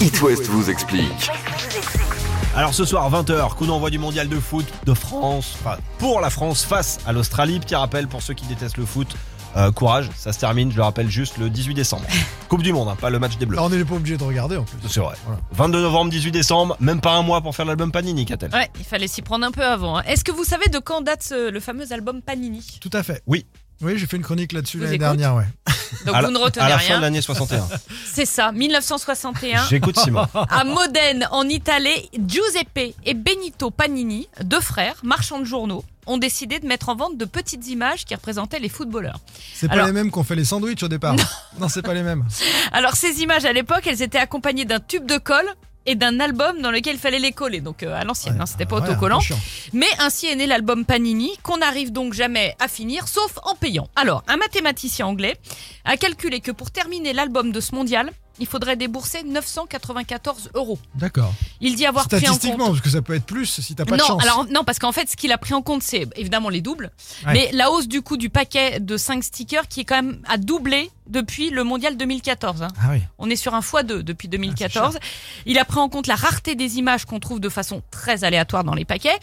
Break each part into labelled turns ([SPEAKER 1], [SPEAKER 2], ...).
[SPEAKER 1] It West vous explique.
[SPEAKER 2] Alors ce soir 20h, coup d'envoi du mondial de foot de France, enfin, pour la France face à l'Australie. Petit rappel pour ceux qui détestent le foot, euh, courage, ça se termine, je le rappelle juste le 18 décembre. Coupe du monde, hein, pas le match des Bleus.
[SPEAKER 3] Alors, on n'est pas obligé de regarder en plus.
[SPEAKER 2] C'est vrai.
[SPEAKER 3] Voilà.
[SPEAKER 2] 22 novembre, 18 décembre, même pas un mois pour faire l'album Panini, qua
[SPEAKER 4] Ouais, il fallait s'y prendre un peu avant. hein. Est-ce que vous savez de quand date euh, le fameux album Panini
[SPEAKER 3] Tout à fait.
[SPEAKER 2] Oui.
[SPEAKER 3] Oui, j'ai fait une chronique là-dessus
[SPEAKER 4] Vous
[SPEAKER 3] l'année
[SPEAKER 4] écoute
[SPEAKER 3] dernière, ouais.
[SPEAKER 4] Donc
[SPEAKER 2] à la,
[SPEAKER 4] vous ne retenez
[SPEAKER 2] à la fin de
[SPEAKER 4] rien.
[SPEAKER 2] l'année 61.
[SPEAKER 4] C'est ça, 1961.
[SPEAKER 2] J'écoute Simon.
[SPEAKER 4] À Modène, en Italie, Giuseppe et Benito Panini, deux frères, marchands de journaux, ont décidé de mettre en vente de petites images qui représentaient les footballeurs.
[SPEAKER 3] C'est pas
[SPEAKER 4] Alors-
[SPEAKER 3] les mêmes qu'on fait les sandwichs au départ. Non, c'est pas les mêmes.
[SPEAKER 4] Alors ces images à l'époque, elles étaient accompagnées d'un tube de colle et d'un album dans lequel il fallait les coller, donc euh, à l'ancienne, hein, c'était pas
[SPEAKER 3] Ah Ouais,
[SPEAKER 4] autocollant.
[SPEAKER 3] un peu chiant.
[SPEAKER 4] Mais ainsi est né l'album Panini, qu'on n'arrive donc jamais à finir, sauf en payant. Alors, un mathématicien anglais a calculé que pour terminer l'album de ce mondial, il faudrait débourser 994 euros.
[SPEAKER 3] D'accord.
[SPEAKER 4] Il dit avoir pris en
[SPEAKER 3] Statistiquement,
[SPEAKER 4] compte.
[SPEAKER 3] parce que ça peut être plus si t'as pas de
[SPEAKER 4] non,
[SPEAKER 3] chance.
[SPEAKER 4] alors non, parce qu'en fait, ce qu'il a pris en compte, c'est évidemment les doubles,
[SPEAKER 3] Ouais.
[SPEAKER 4] mais la hausse du coût du paquet de 5 stickers qui est quand même à doublé depuis le mondial 2014. hein.
[SPEAKER 3] Ah oui.
[SPEAKER 4] On est sur un x2
[SPEAKER 3] Ah,
[SPEAKER 4] depuis 2014. Il a pris en compte la rareté des images qu'on trouve de façon très aléatoire dans les paquets.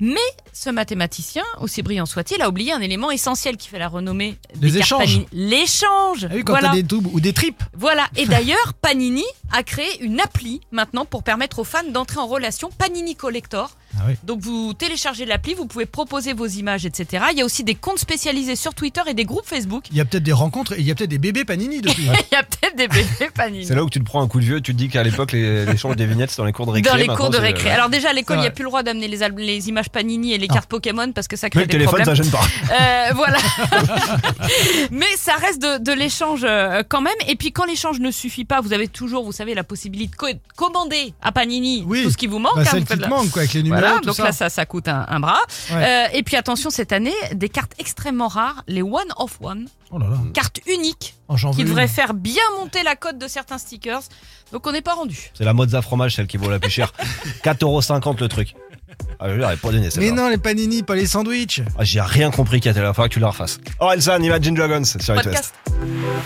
[SPEAKER 4] Mais ce mathématicien, aussi brillant soit-il, a oublié un élément essentiel qui fait la renommée
[SPEAKER 3] Les
[SPEAKER 4] des cartes
[SPEAKER 3] échanges.
[SPEAKER 4] Panini. L'échange.
[SPEAKER 3] Ah oui, quand
[SPEAKER 4] Voilà.
[SPEAKER 3] t'as des doubles ou des tripes.
[SPEAKER 4] voilà. Et d'ailleurs, Panini a créé une appli maintenant pour permettre aux fans d'entrer en relation Panini Collector.
[SPEAKER 3] Ah oui.
[SPEAKER 4] Donc vous téléchargez l'appli, vous pouvez proposer vos images, etc. Il y a aussi des comptes spécialisés sur Twitter et des groupes Facebook.
[SPEAKER 3] Il y a peut-être des rencontres et il y a peut-être des bébés panini depuis. Bah,
[SPEAKER 4] Il y a peut-être des bébés Panini.
[SPEAKER 2] C'est là où tu te prends un coup de vieux, tu te dis qu'à l'époque, les- l'échange des vignettes, c'est dans les cours de récré.
[SPEAKER 4] Dans les
[SPEAKER 2] maintenant,
[SPEAKER 4] cours de
[SPEAKER 2] c'est- euh,
[SPEAKER 4] récré. Alors déjà à l'école, il
[SPEAKER 3] C'est
[SPEAKER 4] n'y a
[SPEAKER 3] vrai. Ah.
[SPEAKER 4] plus le droit d'amener les, al- les images Panini et les
[SPEAKER 3] Non.
[SPEAKER 4] cartes Pokémon parce que ça crée
[SPEAKER 2] Mais le
[SPEAKER 4] des
[SPEAKER 2] téléphone, ça
[SPEAKER 4] problèmes.
[SPEAKER 2] gêne pas.
[SPEAKER 4] Euh, voilà. Mais ça reste de, de l'échange euh, quand même. Et puis quand l'échange ne suffit pas, vous avez toujours, vous savez, la possibilité de co- commander à Panini
[SPEAKER 3] Oui.
[SPEAKER 4] tout ce qui vous manque.
[SPEAKER 3] Bah,
[SPEAKER 4] hein,
[SPEAKER 3] celle
[SPEAKER 4] vous
[SPEAKER 3] qui
[SPEAKER 4] faites
[SPEAKER 3] te
[SPEAKER 4] la-
[SPEAKER 3] manque, quoi, avec les numéros.
[SPEAKER 4] voilà,
[SPEAKER 3] tout
[SPEAKER 4] donc
[SPEAKER 3] ça.
[SPEAKER 4] là ça, ça coûte un, un bras.
[SPEAKER 3] Ouais.
[SPEAKER 4] Euh, et puis attention, cette année, des cartes extrêmement rares, les One of One,
[SPEAKER 3] Oh là là.
[SPEAKER 4] cartes uniques,
[SPEAKER 3] Oh, j'en veux
[SPEAKER 4] qui
[SPEAKER 3] une.
[SPEAKER 4] devraient faire bien monter la cote de certains stickers. Donc on n'est pas rendu.
[SPEAKER 2] C'est la mozza fromage, celle qui vaut la plus chère. 4,50€ le truc. Ah, je l'aurais pas donné, c'est
[SPEAKER 3] Mais non, les panini, pas les sandwichs.
[SPEAKER 2] Oh, Ah, J'ai rien compris, Katel. Il va falloir que tu la refasses. Orelsan, Imagine Dragons sur It West.
[SPEAKER 4] Podcast.